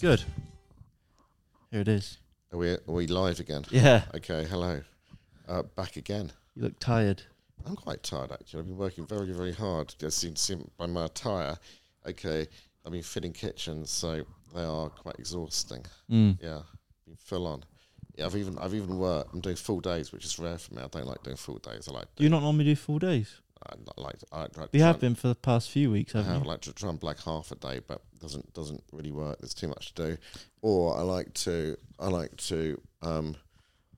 Good. Here it is. Are we are we live again? Yeah. Okay, hello. Uh, back again. You look tired. I'm quite tired actually. I've been working very very hard. As seen, seen by my attire. Okay, I've been fitting kitchens, so they are quite exhausting. Mm. Yeah, been full on. Yeah, I've even I've even worked. I'm doing full days, which is rare for me. I don't like doing full days. I like Do you not normally do full days? I not like I like to You try have and- been for the past few weeks, I haven't have you? like to try and black half a day, but doesn't doesn't really work. There's too much to do. Or I like to I like to um,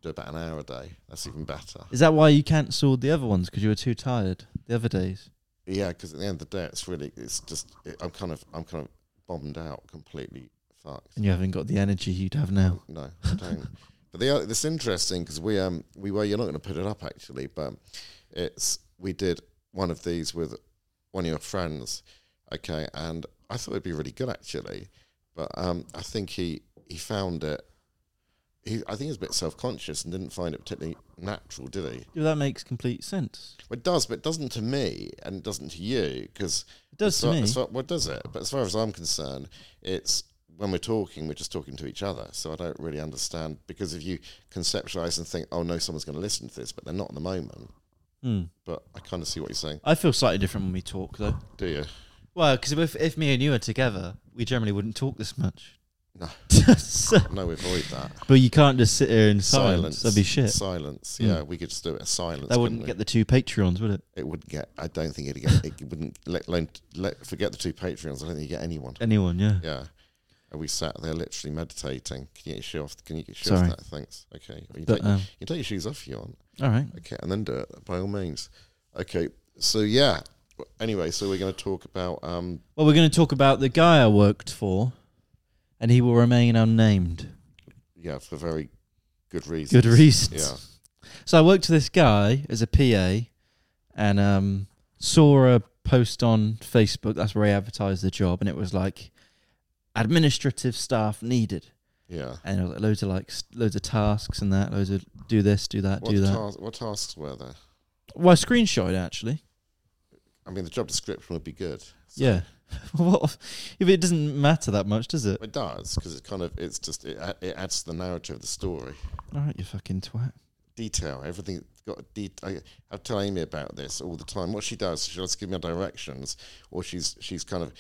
do about an hour a day. That's even better. Is that why you cancelled the other ones? Because you were too tired the other days? Yeah, because at the end of the day, it's really it's just it, I'm kind of I'm kind of bombed out, completely fucked. And you haven't got the energy you'd have now. No, I don't. but the other, it's interesting because we um we were you're not going to put it up actually, but it's we did one of these with one of your friends, okay, and I thought it'd be really good actually, but um I think he he found it. He, I think he was a bit self conscious and didn't find it particularly natural, did he? Yeah, that makes complete sense. Well, it does, but it doesn't to me and it doesn't to you because It does as to far, me. as far- well, does it? But as far as I'm concerned, it's when we're talking, we're just talking to each other. So I don't really understand because if you conceptualize and think, oh no, someone's going to listen to this, but they're not at the moment. Hmm. But I kind of see what you're saying. I feel slightly different when we talk, though. Do you? Well, because if, if me and you are together, we generally wouldn't talk this much. No. So- No, we avoid that. but you can't just sit here in silence. That'd be shit. Silence. Mm. Yeah, we could just do it as silence. that wouldn't couldn't we? get the two Patreons, would it? It would get. I don't think it'd get. It wouldn't. Let, let, let forget the two Patreons. I don't think you get anyone. Anyone, yeah. Yeah. And we sat there literally meditating. Can you get your shoe off? Can you get your shoe Sorry. off? That? Thanks. Okay. You, But, take, um, you take your shoes off if you want. all right. Okay, and then do it by all means. Okay, so yeah. Anyway, so we're going to talk about um, Well, we're going to talk about the guy I worked for, and he will remain unnamed. yeah for very good reasons. Good reasons. Yeah. So I worked for this guy as a PA, and um, saw a post on Facebook. That's where he advertised the job, and it was like administrative staff needed, Yeah. and it was like loads of like s- loads of tasks and that, loads of do this, do that, What, do that. tas- what tasks were there? well, I screenshot it actually. I mean, the job description would be good. So Yeah. what if- if it doesn't matter that much, does it? It does because it's kind of it's just it, a- it adds to the narrative of the story. All right, you fucking twat. Detail everything got. De- I, I tell Amy about this all the time. What she does, she just give me directions, or she's she's kind of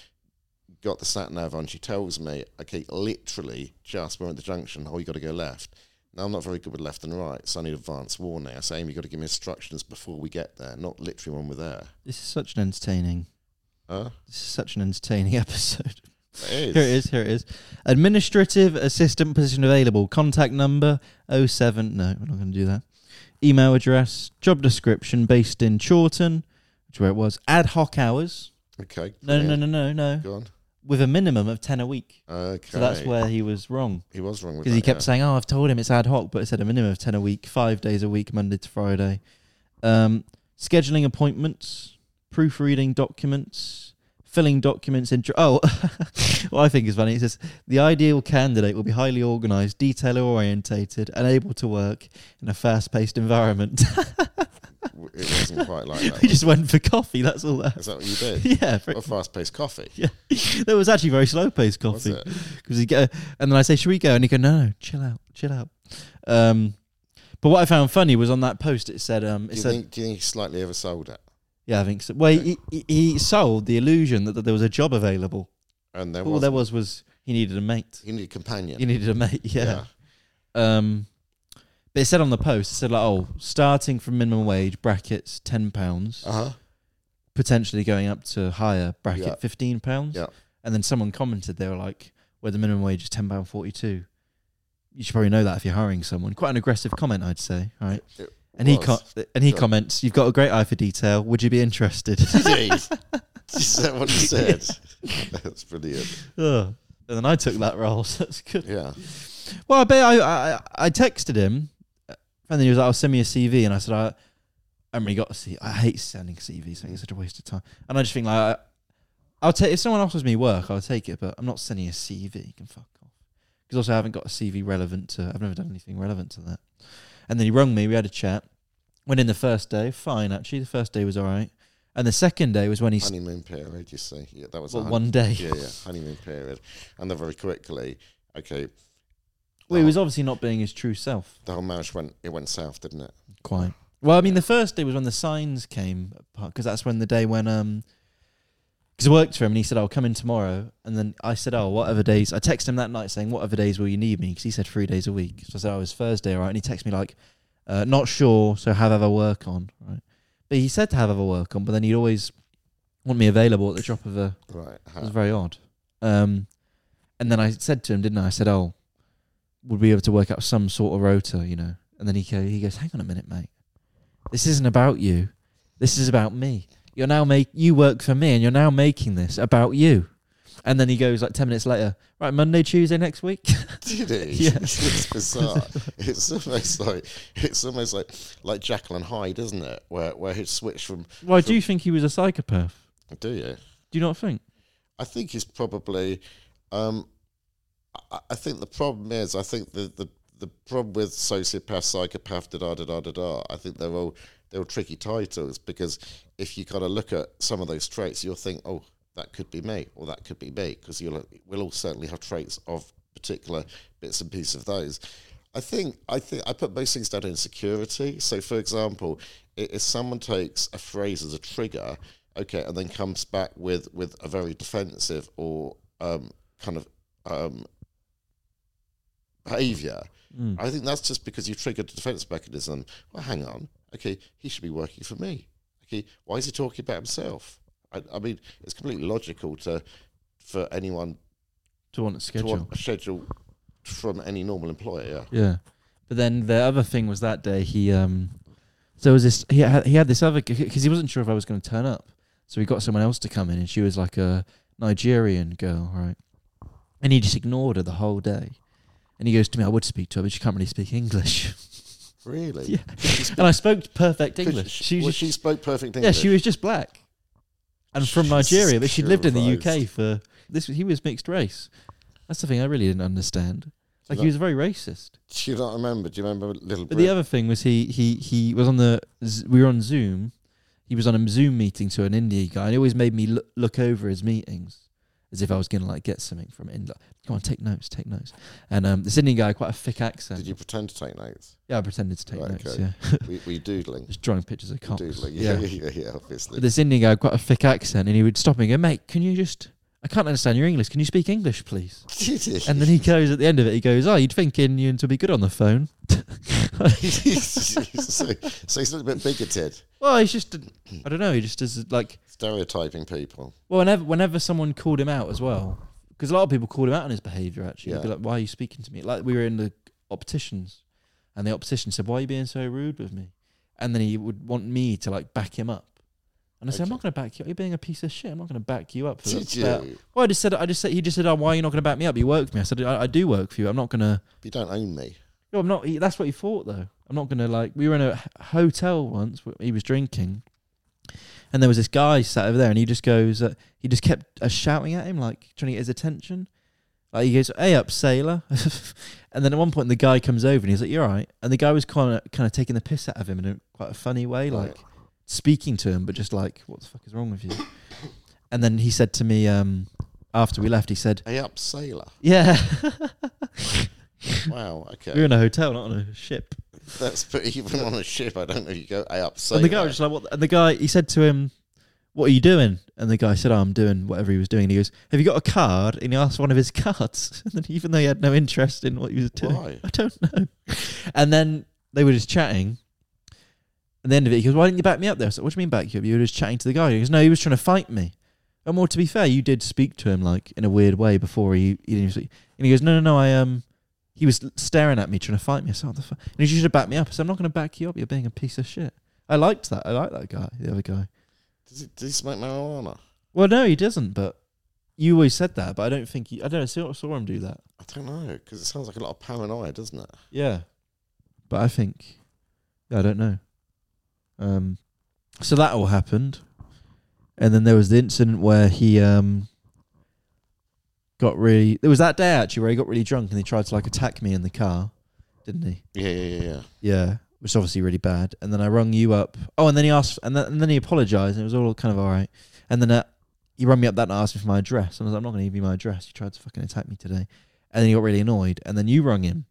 got the sat nav on. She tells me, okay, literally just we're at the junction. Oh, you got to go left. Now I'm not very good with left and right, so I need advance warning. I say, Amy, you got to give me instructions before we get there, not literally when we're there. This is such an entertaining. Huh? This is such an entertaining episode. It is. Here it is. Here it is. Administrative assistant position available. Contact number 07. No, we're not going to do that. Email address. Job description based in Chawton, which is where it was. Ad hoc hours. Okay. No, no, brilliant. no, no, no. Go on. With a minimum of 10 a week. Okay. So that's where he was wrong. he was wrong with Because he that, kept yeah. saying, "Oh, I've told him it's ad hoc," but it said a minimum of ten a week, five days a week, Monday to Friday. Um, scheduling appointments, proofreading documents, filling documents in. Oh, what I think is funny. It says the ideal candidate will be highly organised, detail orientated, and able to work in a fast-paced environment. W- it wasn't quite like that. we was just went for coffee. That's all it? that. Is that what you did? Yeah, Or fast-paced coffee. that was actually very slow-paced Was coffee. it? because he go and then I say, "Should we go?" And he go, "No, no, chill out, chill out." Um, but what I found funny was on that post it said, um, Do "It you, said, think, do you think he slightly oversold it? yeah, I think so." Well, he, he, he sold the illusion that, that there was a job available. And there All was there was was he needed a mate. he needed a companion. He needed a mate. Yeah. Um, but it said on the post, it said like, "Oh, starting from minimum wage brackets ten pounds, Uh huh. potentially going up to higher bracket Yeah. fifteen pounds." Yeah. And then someone commented, they were like, "Where the minimum wage is ten pound forty-two. You should probably know that if you're hiring someone." Quite an aggressive comment, I'd say. Right. It And he was. co- and he Yeah. comments, "You've got a great eye for detail. Would you be interested?" Did he? Is that what he said? That's brilliant. Ugh. and then I took that role, so that's good. Yeah. Well, I bet I I, I texted him, uh, and then he was like, "I'll send me a CV," and I said, "I." I haven't really got a CV. I hate sending CVs. I think it's such a waste of time. And I just think like, I, I'll take if someone offers me work, I'll take it. But I'm not sending a CV. You can fuck off. Because also, I haven't got a CV relevant to. I've never done anything relevant to that. And then he rung me. We had a chat. Went in the first day. Fine, actually, the first day was all right. And the second day was when he. s- Honeymoon period, you see. Yeah, that was a Well, hun- one day. Yeah, yeah. Honeymoon period, and then very quickly okay, Oh, Well, he was obviously not being his true self. the whole marriage went it went south, didn't it? Quite. Well, I mean, the first day was when the signs came because that's when the day when um, because I worked for him and he said, "I'll come in tomorrow," and then I said, "Oh, whatever days." I texted him that night saying, "Whatever days will you need me?" Because he said three days a week. So I said, "Oh, it's Thursday, all right?" And he texted me like, uh, "Not sure, so have other work on." Right. But he said to have other work on, but then he'd always want me available at the drop of a Right. It was How, very odd. Um, and then I said to him, didn't I? I said, "Oh, would we be able to work out some sort of rota, you know?" And then he go, he goes, "Hang on a minute, mate. This isn't about you. This is about me. You're now make you work for me, and you're now making this about you." And then he goes like ten minutes later, right? Monday, Tuesday next week. did he? Yeah. it's bizarre. It's almost like it's almost like like Jacqueline Hyde, isn't it? Where where he switched from Why do you think he was a psychopath? do you? Do you not think? I think he's probably. Um, I, I think the problem is, I think the, the, the problem with sociopath, psychopath, da da da da da da. I think they're all they're all tricky titles because if you kind of look at some of those traits, you'll think, oh, that could be me, or that could be me, because you'll we'll all certainly have traits of particular bits and pieces of those. I think I think I put most things down to insecurity. So, for example, i- if someone takes a phrase as a trigger, okay, and then comes back with with a very defensive or um, kind of um, behavior, I think that's just because you triggered a defense mechanism. Well, hang on, okay, he should be working for me. Okay, why is he talking about himself? I, I mean, it's completely logical to for anyone To want a to schedule? want a schedule from any normal employer. Yeah. Yeah. But then the other thing was that day he um so there was this he had, he had this other because he wasn't sure if I was going to turn up. So he got someone else to come in and she was like a Nigerian girl, right? And he just ignored her the whole day. And he goes to me, I would speak to her, but she can't really speak English. Really? yeah. And I spoke perfect Could English. She, She was well, just- she spoke perfect yeah, English. she was just black. And from Jesus Nigeria, but she'd lived in the UK Christ. for this he was mixed race. That's the thing I really didn't understand. Like That- he was very racist. Do you not remember? Do you remember Little But the Brit? other thing was he he he was on the Z- we were on Zoom. He was on a Zoom meeting to an India guy, and he always made me look, look over his meetings as if I was gonna like get something from India. Come on, take notes, take notes. And um, this Indian guy, quite a thick accent. Did you pretend to take notes? yeah, I pretended to take Right, notes. okay. Yeah, We, we doodling. just drawing pictures of We cops. doodling. Yeah, yeah, yeah, yeah obviously. But this Indian guy had quite a thick accent, and he would stop and go, "Mate, can you just? I can't understand your English. Can you speak English, please?" Did he? And then he goes at the end of it, he goes, "Oh, you'd think Indians would be good on the phone." so, so he's a little bit bigoted, well, he's just, I don't know, he just is like stereotyping people. Well, whenever whenever someone called him out as well, because a lot of people called him out on his behaviour. Actually, They'd be Oh. Yeah. like, "Why are you speaking to me?" Like we were in the opticians, and the optician said, "Why are you being so rude with me?" And then he would want me to like back him up, and I said, "I'm not going to back you. up. You're being a piece of shit. I'm not going to back you up." For Did that." you? Uh, well, I just said, I just said, he just said, "Oh, why are you not going to back me up? You work for me." I said, "I, I do work for you. I'm not going to." You don't own me. No, I'm not. He, that's what he thought, though. I'm not gonna like. We were in a h- hotel once. wh- He was drinking, and there was this guy sat over there, and he just goes. Uh, he just kept uh, shouting at him, like trying to get his attention. Like he goes, "Hey up, sailor!" and then at one point, the guy comes over, and he's like, "You're right." And the guy was kind of kind of taking the piss out of him in a, quite a funny way, Right. like speaking to him, but just like, "What the fuck is wrong with you?" and then he said to me um, after we left, he said, A up sailor. "Yeah, Wow. we were Okay. in a hotel, not on a ship." That's but even on a ship, I don't know. You go a up sailor. And the guy was just like, "What?" the-" And the guy, he said to him, "What are you doing?" And the guy said, oh, "I'm doing whatever he was doing." And he goes, "Have you got a card?" And he asked for one of his cards, and then even though he had no interest in what he was doing, Why? I don't know. And then they were just chatting. At the end of it, he goes, "Why didn't you back me up there?" I said, "What do you mean back you up? You were just chatting to the guy." He goes, "No, he was trying to fight me." And well, to be fair, you did speak to him like in a weird way before he he didn't. Even, and he goes, "No, no, no, I um." He was staring at me, trying to fight me. I said, "What the fuck?" And he goes, "You should have backed me up." I said, "I'm not going to back you up. You're being a piece of shit." I liked that. I like that guy, the other guy. Does he, does he smoke marijuana? Well, no, he doesn't. But you always said that. But I don't think he, I don't know. I saw, saw him do that. I don't know because it sounds like a lot of paranoia, doesn't it? Yeah, but I think I don't know. Um, so that all happened, and then there was the incident where he um got really. It was that day actually where he got really drunk and he tried to like attack me in the car, didn't he? Yeah, yeah, yeah, yeah. Yeah, which is obviously really bad. And then I rung you up. Oh, and then he asked, and then, and then he apologised, and it was all kind of all right. And then uh, he rung me up that and asked me for my address, and I was like, I'm not going to give you my address. You tried to fucking attack me today. and then he got really annoyed, and then you rung him,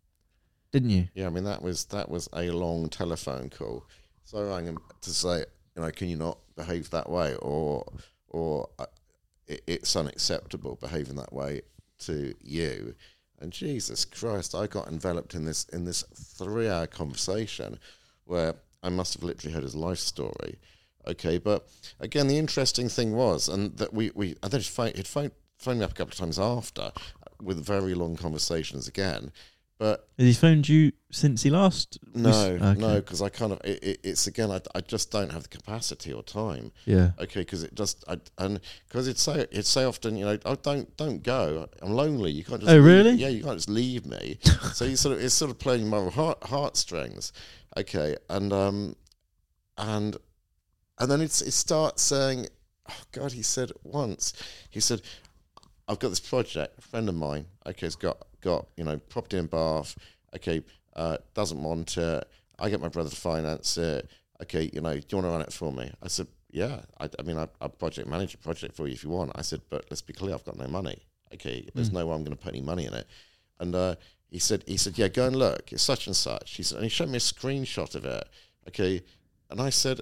didn't you? Yeah, I mean that was that was a long telephone call. So I rang him to say, you know, can you not behave that way, or or uh, it, it's unacceptable behaving that way to you. And Jesus Christ, I got enveloped in this in this three hour conversation where I must have literally heard his life story. Okay, but again, the interesting thing was, and that we we and then he phoned, he'd phoned, phoned me up a couple of times after uh, with very long conversations again, but Has he phoned you since he last? we no, s- no, 'cause okay. no, because I kind of it, it, it's again. I, I just don't have the capacity or time. Yeah. Okay, because it just I and because it's so it's so often you know oh don't don't go I'm lonely you can't just Oh, leave- really? yeah you can't just leave me so you sort of it's sort of playing my heart heartstrings okay and um and and then it's it starts saying oh God he said once he said I've got this project. A friend of mine, okay, has got got you know property in Bath. Okay, uh, doesn't want it. I get my brother to finance it. Okay, you know, do you want to run it for me? I said, yeah. I, I mean, I, I project manage a project for you if you want. I said, but let's be clear, I've got no money. Okay, Mm. there's no way I'm going to put any money in it. And uh, he said, he said, yeah, go and look. It's such and such. He said, and he showed me a screenshot of it. Okay, and I said,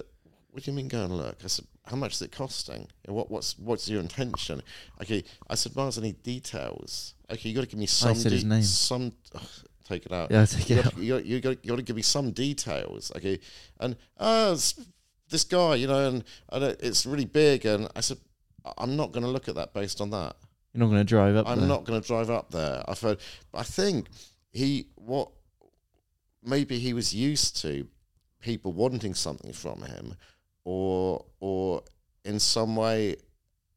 what do you mean go and look? I said, how much is it costing? And What, what's, what's your intention? Okay, I said, Miles, I need details. Okay, you got to give me some. said his de- name. Some, ugh, take it out. Yeah, take you it Got, you, got, you, got, you got to give me some details. Okay, and uh, s- this guy, you know, and, and it- it's really big. And I said, "I- I'm not going to look at that based on that. You're not going to drive up. I'm there. not going to drive up there. I've heard. I think he what maybe he was used to people wanting something from him, or or in some way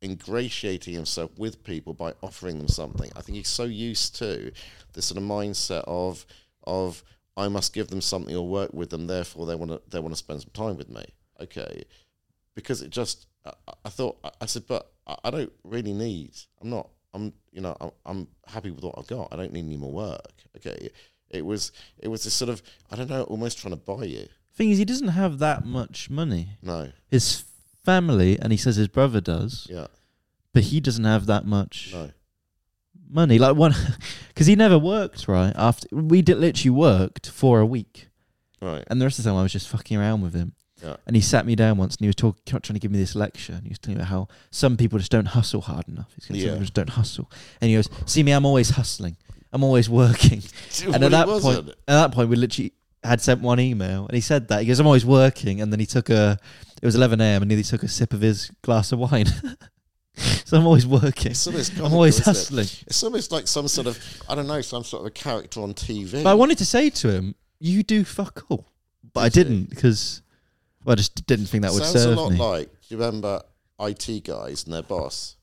ingratiating himself with people by offering them something. I think he's so used to this sort of mindset of of I must give them something or work with them, therefore they want to they want to spend some time with me. Okay, because it just I, I- I thought I- I said, but I, I don't really need. I'm not. I'm you know I'm, I'm happy with what I've got. I don't need any more work. Okay, it was it was this sort of I don't know, almost trying to buy you. Thing is, he doesn't have that much money. No, His family, and he says his brother does, yeah, but he doesn't have that much no, money. Like one, because he never worked. Right after we did, literally worked for a week, right, and the rest of the time I was just fucking around with him. Yeah. And he sat me down once, and he was talking, trying to give me this lecture, and he was telling me about how some people just don't hustle hard enough. He's going Yeah. to just don't hustle, and he goes, "See me, I'm always hustling, I'm always working." and at that point, at that point, we literally had sent one email, and he said that he goes, "I'm always working," and then he took a. It was 11 a.m. and he took a sip of his glass of wine. so I'm always working. It's almost I'm always comical, isn't it? hustling. it's almost like some sort of I don't know, some sort of a character on TV. But I wanted to say to him, "You do fuck all," but I Did you? didn't because well, I just didn't think that would sounds serve a lot me. like. Do you remember IT guys and their boss?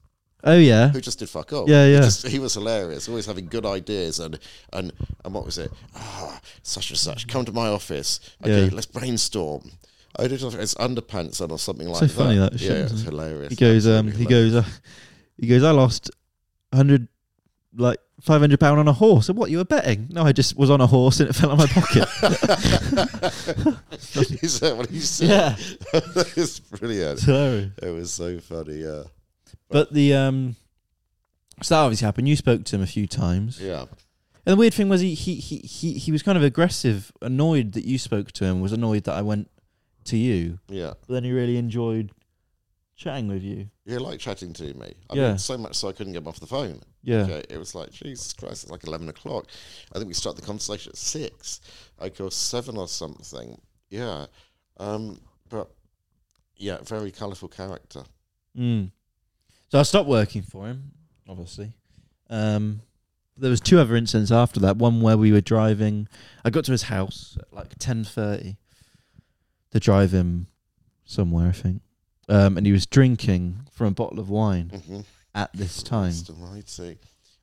oh yeah, who just did fuck all. Yeah, yeah. He, just- he was hilarious, always having good ideas and and and what was it? Ah, such and such. Come to my office. Okay, Yeah. let's brainstorm. I don't know if it's underpants on or something like So that. funny, that shit, yeah, it's isn't it? hilarious. he goes, um, Absolutely he goes, uh, he goes. I lost hundred. Like five hundred pound on a horse, and what you were betting? No, I just was on a horse and it fell out of my pocket. hilarious. Is that what he said? yeah, it's brilliant. it's hilarious. It was so funny. Yeah, But the um, so that obviously happened. You spoke to him a few times, yeah, and the weird thing was he he he he, he was kind of aggressive, annoyed that you spoke to him, was annoyed that I went to you, yeah. but then he really enjoyed chatting with you. He liked chatting to me. I Yeah. mean, so much so I couldn't get him off the phone. Yeah, Okay, it was like Jesus Christ. It's like eleven o'clock. I think we started the conversation at six, like or seven or something. Yeah, um, but yeah, very colourful character. Mm. So I stopped working for him, obviously. Um, there was two other incidents after that. One where we were driving. I got to his house at like ten thirty to drive him somewhere, I think. Um, and he was drinking from a bottle of wine Mm-hmm. at this time. Almighty.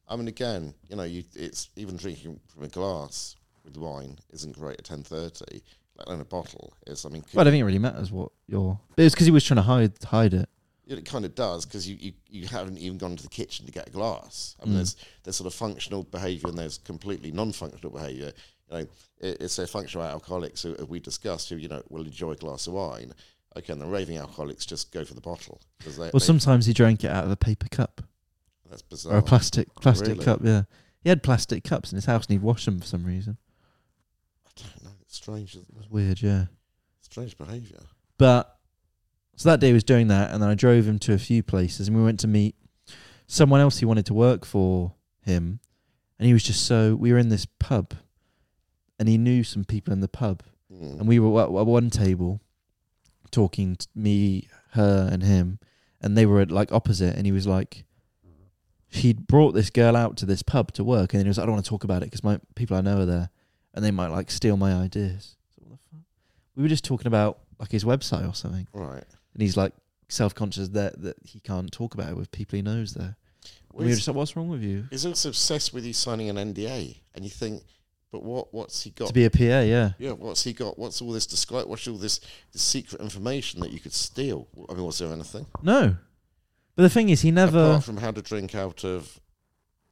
I mean, again, you know, you it's even drinking from a glass with wine isn't great at ten thirty. Like in a bottle is. I mean, But I don't think it really matters what your. But it's because he was trying to hide hide it. Yeah, it kind of does because you, you, you haven't even gone to the kitchen to get a glass. I mean, Mm. there's there's sort of functional behaviour and there's completely non-functional behaviour. You know, it, it's a functional alcoholics who who we discussed who you know will enjoy a glass of wine. Okay, and the raving alcoholics just go for the bottle because they, Well, they- sometimes he drank it out of a paper cup that's or bizarre. a plastic plastic really? cup. Yeah, He had plastic cups in his house and he washed them for some reason. I don't know. It's strange. isn't It it? was weird, yeah. Strange behaviour. But so that day he was doing that, and then I drove him to a few places, and we went to meet someone else he wanted to work for him, and he was just so. We were in this pub, and he knew some people in the pub, Mm. and we were at at one table talking to me, her, and him, and they were at like opposite, and he was like. He'd brought this girl out to this pub to work, and then he was like, "I don't want to talk about it because my people I know are there, and they might like steal my ideas." So what the fuck? We were just talking about like his website or something right. and he's like self conscious that that he can't talk about it with people he knows there. Well, we were he's, just like, what's wrong with you? he's also obsessed with you signing an NDA, and you think, but what? What's he got? To be a PA, yeah. yeah, what's he got? What's all this disclosure? What's all this, this secret information that you could steal? I mean, was there anything No, but the thing is, he never. apart from how to drink out of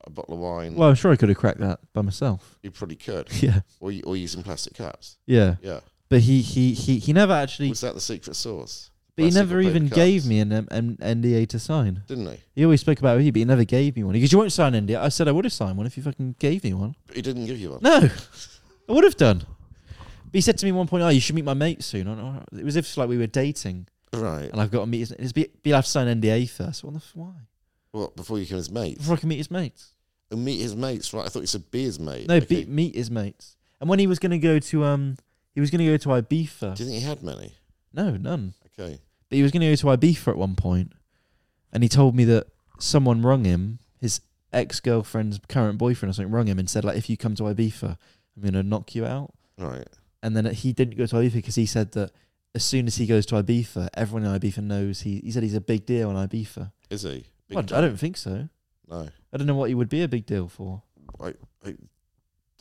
a bottle of wine? Well, I'm sure I could have cracked that by myself. you probably could, Yeah, or you- or using plastic cups. yeah. Yeah, But he he he he never actually. was that the secret sauce? But he plastic never or paper even cups? gave me an, um, an NDA to sign. Didn't he? He always spoke about you, but he never gave me one. Because you won't sign NDA. I said I would have signed one if you fucking gave me one. He didn't give you one. No, I would have done. But he said to me at one point, "Oh, you should meet my mate soon." I don't know. It was if like we were dating, Right. and I've got to meet. His, it's be, be I have to sign NDA first. What the f- why? Well, before you became his mate, Before I can meet his mates. and meet his mates. Right. I thought you said be his mate. No, Okay. be, meet his mates. And when he was going to go to um, he was going to go to Do Ibiza. you think he had many? No, none. Okay. But he was going to go to Ibiza at one point, and he told me that someone rung him, his ex girlfriend's current boyfriend or something, rung him and said like, if you come to Ibiza, I'm going to knock you out. Right. And then he didn't go to Ibiza because he said that as soon as he goes to Ibiza, everyone in Ibiza knows he. He said he's a big deal on Ibiza. Is he? Big Well, I time? don't think so. No. I don't know what he would be a big deal for.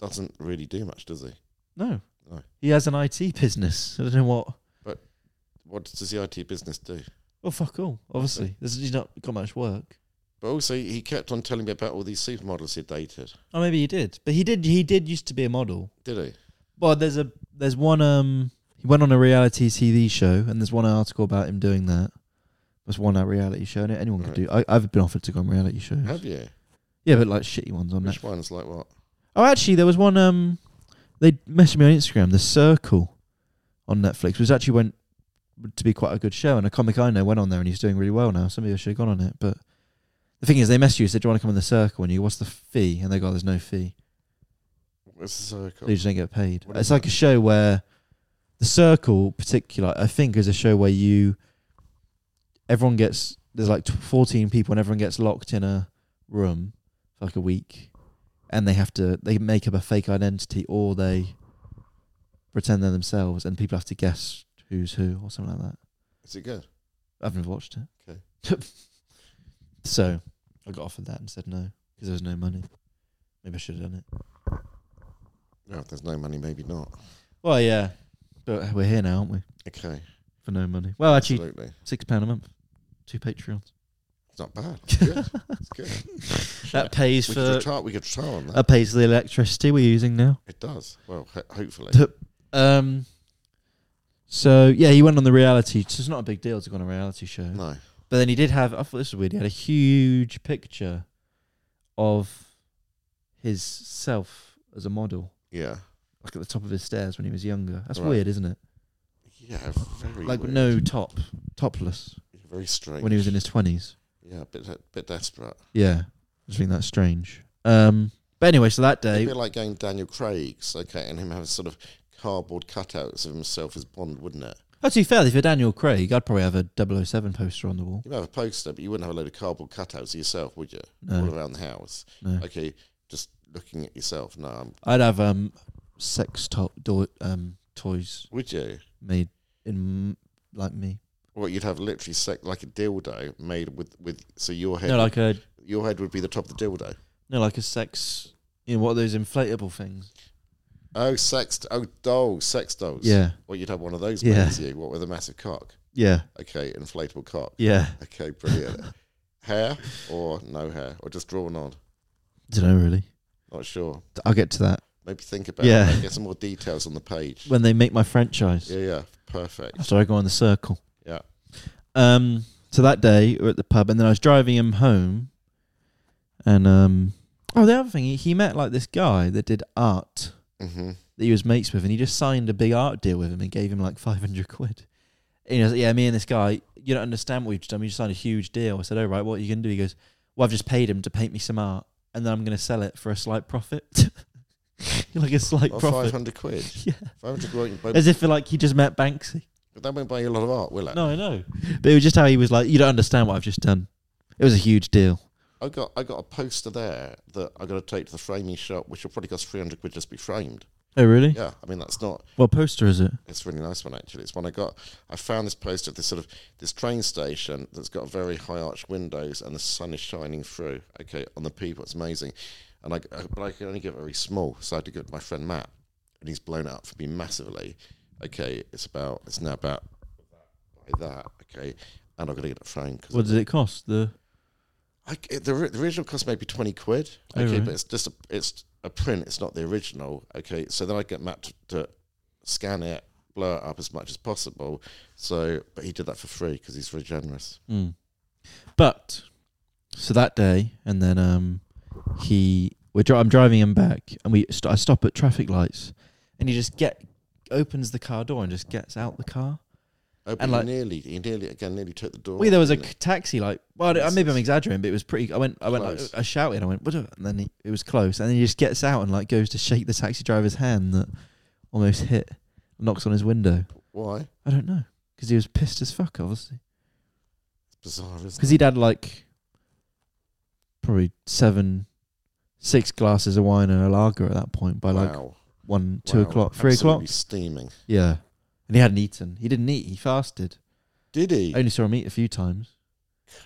Doesn't really do much, does he? No. No. He has an IT business. I don't know what. What does the IT business do? Well, fuck all. Obviously, There's, he's not got much work. But also, he kept on telling me about all these supermodels he dated. Oh, maybe he did, but he did. He did used to be a model. Did he? Well, there's a there's one. Um, he went on a reality TV show, and there's one article about him doing that. There's one uh, reality show. and Anyone could do. Right. I, I've been offered to go on reality shows. Have you? Yeah, but like shitty ones on Which that. one's like what? Oh, actually, there was one. Um, they messaged me on Instagram. The Circle on Netflix was actually went to be quite a good show, and a comic I know went on there, and he's doing really well now. Somebody should have gone on it, but the thing is, they messaged you said, "Do you want to come on the Circle?" And you, go, "What's the fee?" And they go, "Oh, "There's no fee. What's the circle? They just don't get paid." What is it's like that? a show where the Circle, particular, I think, is a show where you everyone gets there's like t- 14 people, and everyone gets locked in a room for like a week, and they have to they make up a fake identity or they pretend they're themselves, and people have to guess who's who or something like that. Is it good? I haven't watched it. Okay. Okay. so I got offered that and said no because there was no money. Maybe I should have done it. No, Oh, if there's no money, maybe not. Well, yeah, but we're here now, aren't we? Okay. For no money. Well, actually, Absolutely. six pound a month, two Patreons. It's not bad. It's good. it's good. That pays We for Uh, could, retire, we could retire on that. that pays for the electricity we're using now. it does. Well, ho- hopefully. Um. So yeah, he went on the reality. So it's not a big deal to go on a reality show. No. But then he did have. I thought this was weird. He had a huge picture of his self as a model. Yeah. like at the top of his stairs when he was younger. That's Right. weird, isn't it? Yeah. Very. Like weird. no top, topless Very strange. when he was in his twenties. Yeah, a bit, a bit desperate. Yeah, I just think that's strange. Um, but anyway, so that It'd day, be like going Daniel Craig's, okay, and him having sort of cardboard cutouts of himself as Bond, wouldn't it? oh, to be fair, if you're Daniel Craig, I'd probably have a 007 poster on the wall. You'd have a poster, but you wouldn't have a load of cardboard cutouts of yourself, would you? All No, around the house. no, Okay, just looking at yourself. No, I'm, I'd have um, sex top do- um toys would you? made in like me. Well, you'd have literally sec- like a dildo made with, with so your head No, like a your head would be the top of the dildo. no, like a sex. You know what are those inflatable things? Oh, sex. Oh, dolls, sex dolls. Yeah, Well, you'd have one of those. Yeah. Yeah. You. What with a massive cock? yeah, Okay, inflatable cock. yeah. Okay, brilliant. hair or no hair or just drawn on? Don't know really. Not sure. I'll get to that Maybe think about Yeah. it. Get some more details on the page. when they make my franchise. Yeah, yeah. Perfect. after I go on the circle. Yeah. Um. So that day, we we're at the pub, and then I was driving him home, and um, Oh, the other thing, he, he met like this guy that did art Mm-hmm. that he was mates with, and he just signed a big art deal with him and gave him like 500 quid. And he was like, Yeah, me and this guy, you don't understand what we've just done. We just signed a huge deal. I said, Oh, right, what are you going to do? He goes, Well, I've just paid him to paint me some art, and then I'm going to sell it for a slight profit. like a slight five profit. hundred quid. Yeah. Five hundred quid. you can buy- As if like he just met Banksy. But that won't buy you a lot of art, will it? No, I know. But it was just how he was like, You don't understand what I've just done. It was a huge deal. I got I got a poster there that I got to take to the framing shop, which will probably cost three hundred quid just to be framed. Oh, really? Yeah, I mean that's not. What poster is it? It's a really nice one actually. It's one I got. I found this poster at this sort of this train station that's got very high arched windows and the sun is shining through. Okay, on the people, it's amazing. And I I- but I can only get very small, so I had to give it to my friend Matt, and he's blown it up for me massively. Okay, it's about it's now about like that. Okay, and I've got to get it framed. 'cause What does it cost? The I, it- the, ri- the original cost maybe 20 quid. Oh, Okay, right. but it's just a, it's a print, it's not the original. Okay, so then I get Matt to, to scan it, blow it up as much as possible. So, but he did that for free because he's very generous. Mm. But so that day, and then um, he we're dri- I'm driving him back, and we st- I stop at traffic lights, and he just get opens the car door and just gets out the car. Oh, but And he like- nearly, he nearly, again, nearly took the door. Wait, there was a didn't c- taxi like. Well, I don't- maybe I'm exaggerating, but it was pretty. I went, I went, like, Close. I shouted, I went, what? the-" And then he, it was close, and then he just gets out and like goes to shake the taxi driver's hand that almost hit, knocks on his window. he? Why? I don't know because he was pissed as fuck, obviously. It's bizarre, isn't it? because he'd had like probably seven, six glasses of wine and a lager at that point by like Wow, one, two wow, o'clock, three absolutely o'clock. steaming. Yeah, and he hadn't eaten. He didn't eat. He fasted. Did he? I only saw him eat a few times.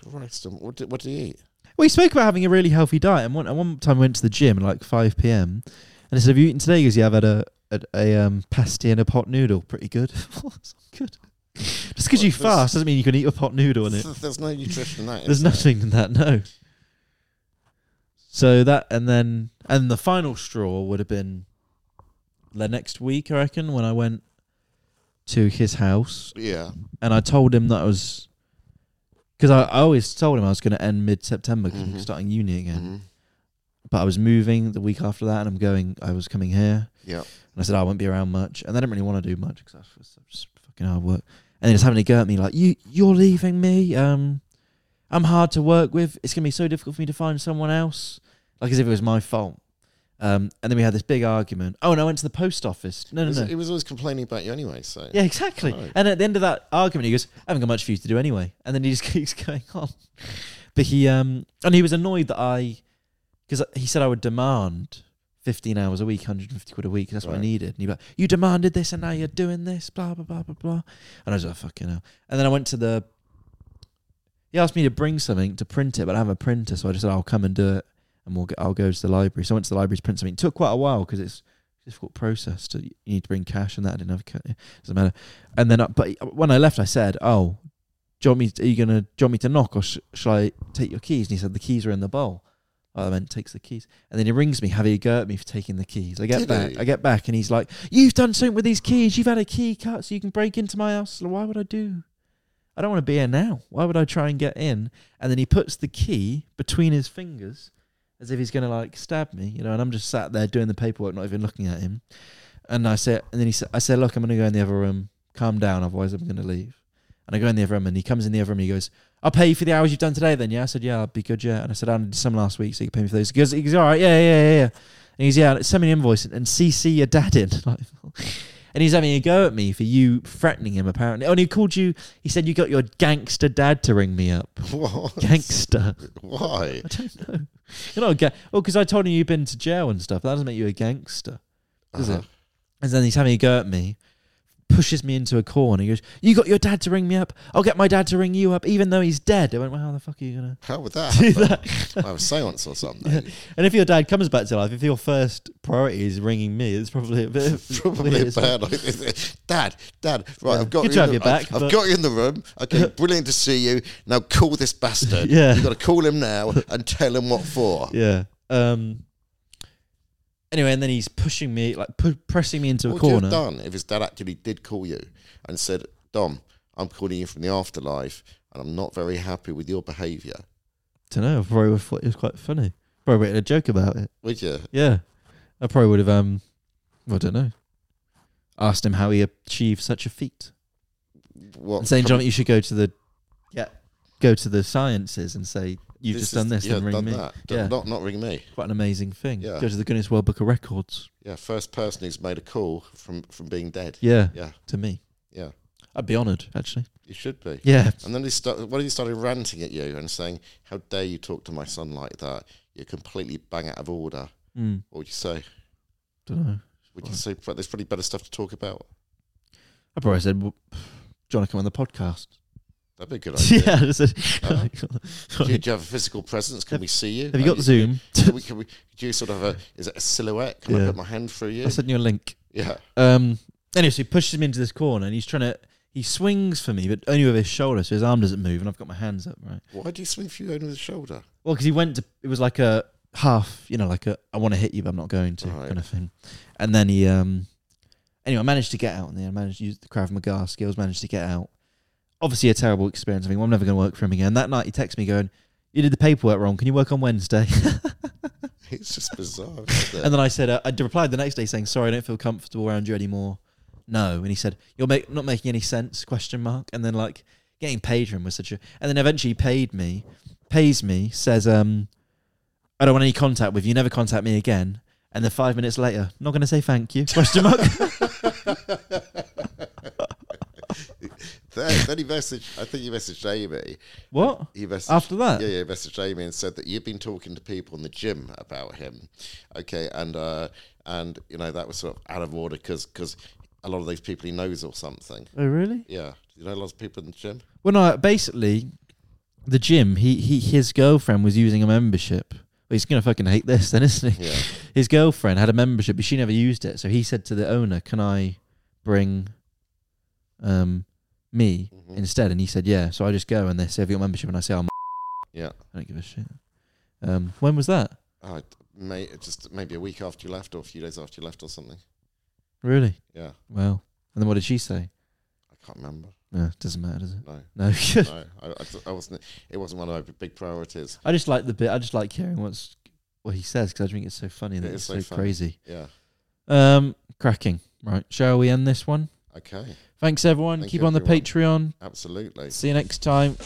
Christ, um, what did, what did he eat? Well, he spoke about having a really healthy diet, and one, and one time we went to the gym at like five p.m. and I said, "Have you eaten today?" Because you have had a a, a um, pasty and a pot noodle. Pretty good. good. Just because Well, you there's- fast doesn't mean you can eat a pot noodle in it. There's no nutrition in that. is There's there? nothing in that, no. So that and then and the final straw would have been the next week, I reckon, when I went to his house Yeah. and I told him that I was because I, I always told him I was going to end mid September because I'm Mhm. starting uni again. mhm, But I was moving the week after that, and I'm going. I was coming here, Yeah. and I said, "Oh, I won't be around much. And I didn't really want to do much because I was just fucking hard work. And they just having a go at me like, you, you're leaving me. Um, I'm hard to work with. It's going to be so difficult for me to find someone else. Like as if it was my fault. Um, and then we had this big argument. Oh, and I went to the post office. No, It no, was, no. he was always complaining about you anyway, so. Yeah, exactly. Right. And at the end of that argument, he goes, "I haven't got much for you to do anyway," and then he just keeps going on. But he um and he was annoyed that I because he said I would demand fifteen hours a week, hundred and fifty quid a week. 'cause That's what I Right. needed. And he like, "You demanded this, and now you're doing this." Blah blah blah blah blah. And I was like, "Fucking hell!" And then I went to the. He asked me to bring something to print it, but I have a printer, so I just said I'll come and do it, and we'll go, I'll go to the library. So I went to the library to print something. It took quite a while because it's a difficult process. To you need to bring cash and that. I didn't have cash doesn't matter. And then, I, but when I left, I said, "Oh, do you want me? are you gonna? Do you want me to knock, or sh- shall I take your keys?" And he said, "The keys are in the bowl." I meant takes the keys, and then he rings me, having a go at me for taking the keys. I get Did back, he? I get back, and he's like, "You've done something with these keys. You've had a key cut, so you can break into my house. Why would I do? I don't want to be here now. Why would I try and get in?" And then he puts the key between his fingers, as if he's gonna like stab me, you know. And I'm just sat there doing the paperwork, not even looking at him. And I said, and then he said, I said, look, I'm gonna go in the other room. Calm down, otherwise I'm gonna leave. And I go in the other room, and he comes in the other room. and He goes, I'll pay you for the hours you've done today. Then yeah, I said, yeah, I'll be good, yeah. And I said, I did some last week, so you can pay me for those. He goes, he goes, all right, yeah, yeah, yeah, yeah. And he's yeah, send me an invoice and, and CC your dad in. Like, and he's having a go at me for you threatening him apparently. Oh, and he called you. He said you got your gangster dad to ring me up. What? Gangster. Why? I don't know. You're not a gang. Oh, because I told him you've been to jail and stuff. That doesn't make you a gangster, does Uh-huh. it? And then he's having a go at me, pushes me into a corner. He goes, "You got your dad to ring me up. I'll get my dad to ring you up, even though he's dead." I went, "Well, how the fuck are you gonna How would that do happen? that?" I have a seance or something. and if your dad comes back to life, if your first priority is ringing me, it's probably a bit Probably a it's- bad idea. Dad, Dad, right, Yeah. I've got Good to you. in have the, you I- back, I've, but- got you in the room. Okay, brilliant to see you. Now call this bastard. Yeah. You've got to call him now and tell him what for. Yeah. Um. Anyway, and then he's pushing me, like pu- pressing me into what a would you corner. have done if his dad actually did call you and said, Dom, I'm calling you from the afterlife and I'm not very happy with your behaviour? don't know. I probably thought it was quite funny. probably written a joke about it. Would you? Yeah, I probably would have. Um, well, I don't know. Asked him how he achieved such a feat. What? And saying, John, you should go to the, yeah, go to the sciences and say you've This just is- done this yeah, and ring done me. That. Done- Yeah. Not not ring me. Quite an amazing thing. Yeah. Go to the Guinness World Book of Records. Yeah, first person who's made a call from from being dead. Yeah, Yeah, to me, yeah. I'd be honoured actually. You should be. Yeah, And then he started. What he started ranting at you and saying, "How dare you talk to my son like that? You're completely bang out of order." mm, What would you say? don't know. Would you say "But there's probably better stuff to talk about? I probably said, well, "John, I come on the podcast." That'd be a good idea. yeah, I said, Uh, do, you, Sorry. do you have a physical presence? Can Have- we see you? have you Are got Zoom? Can we, can we, do you sort of a is it a silhouette? Can I Yeah. put my hand through you? I sent you a link. yeah. Um. Anyway, so he pushes him into this corner, and he's trying to. He swings for me, but only with his shoulder, so his arm doesn't move, and I've got my hands up, right? Why do you swing for you over the shoulder? Well, because he went to. It was like a half, you know, like a I want to hit you, but I'm not going to Right. kind of thing. And then he, um, anyway, I managed to get out, and I managed to use the Krav Maga skills, managed to get out. Obviously, a terrible experience. I mean, well, I'm never going to work for him again. That night, he texts me going, "You did the paperwork wrong. Can you work on Wednesday?" It's just bizarre. Isn't it? And then I said, uh, I d- replied the next day saying, "Sorry, I don't feel comfortable around you anymore." No, and he said, "You're make, not making any sense?" Question mark. And then like getting paid from him was such a. And then eventually he paid me, pays me, says, um, "I don't want any contact with you. Never contact me again." And then five minutes later, not going to say thank you? Question mark. then, then he messaged. I think he messaged Amy. what? He messaged After that? Yeah, yeah. He messaged Amy and said that you've been talking to people in the gym about him. Okay, and uh, and you know that was sort of out of order because a lot of those people he knows or something. Oh really? Yeah, you know lots of people in the gym. Well, no. Basically, the gym. He he his girlfriend was using a membership. Well, he's gonna fucking hate this, then, isn't he? Yeah, his girlfriend had a membership, but she never used it. So he said to the owner, "Can I bring um me Mhm. instead?" And he said, "Yeah." So I just go and they say, "Have you got a membership?" And I say, "I'm." yeah. I don't give a shit. Um, when was that? Oh, it may it just maybe a week after you left, or a few days after you left, or something. Really? Yeah, Wow. And then what did she say? I can't remember. No, it doesn't matter, does it? No, No. no, I, I, I wasn't. It wasn't one of my big priorities. I just like the bit. I just like hearing what's what he says because I think it's so funny and It it's is so, so funny. crazy. Yeah. Um, cracking. Right. Shall we end this one? Okay. Thanks everyone. Thank Keep you, on the everyone. Patreon. Absolutely. See you next time.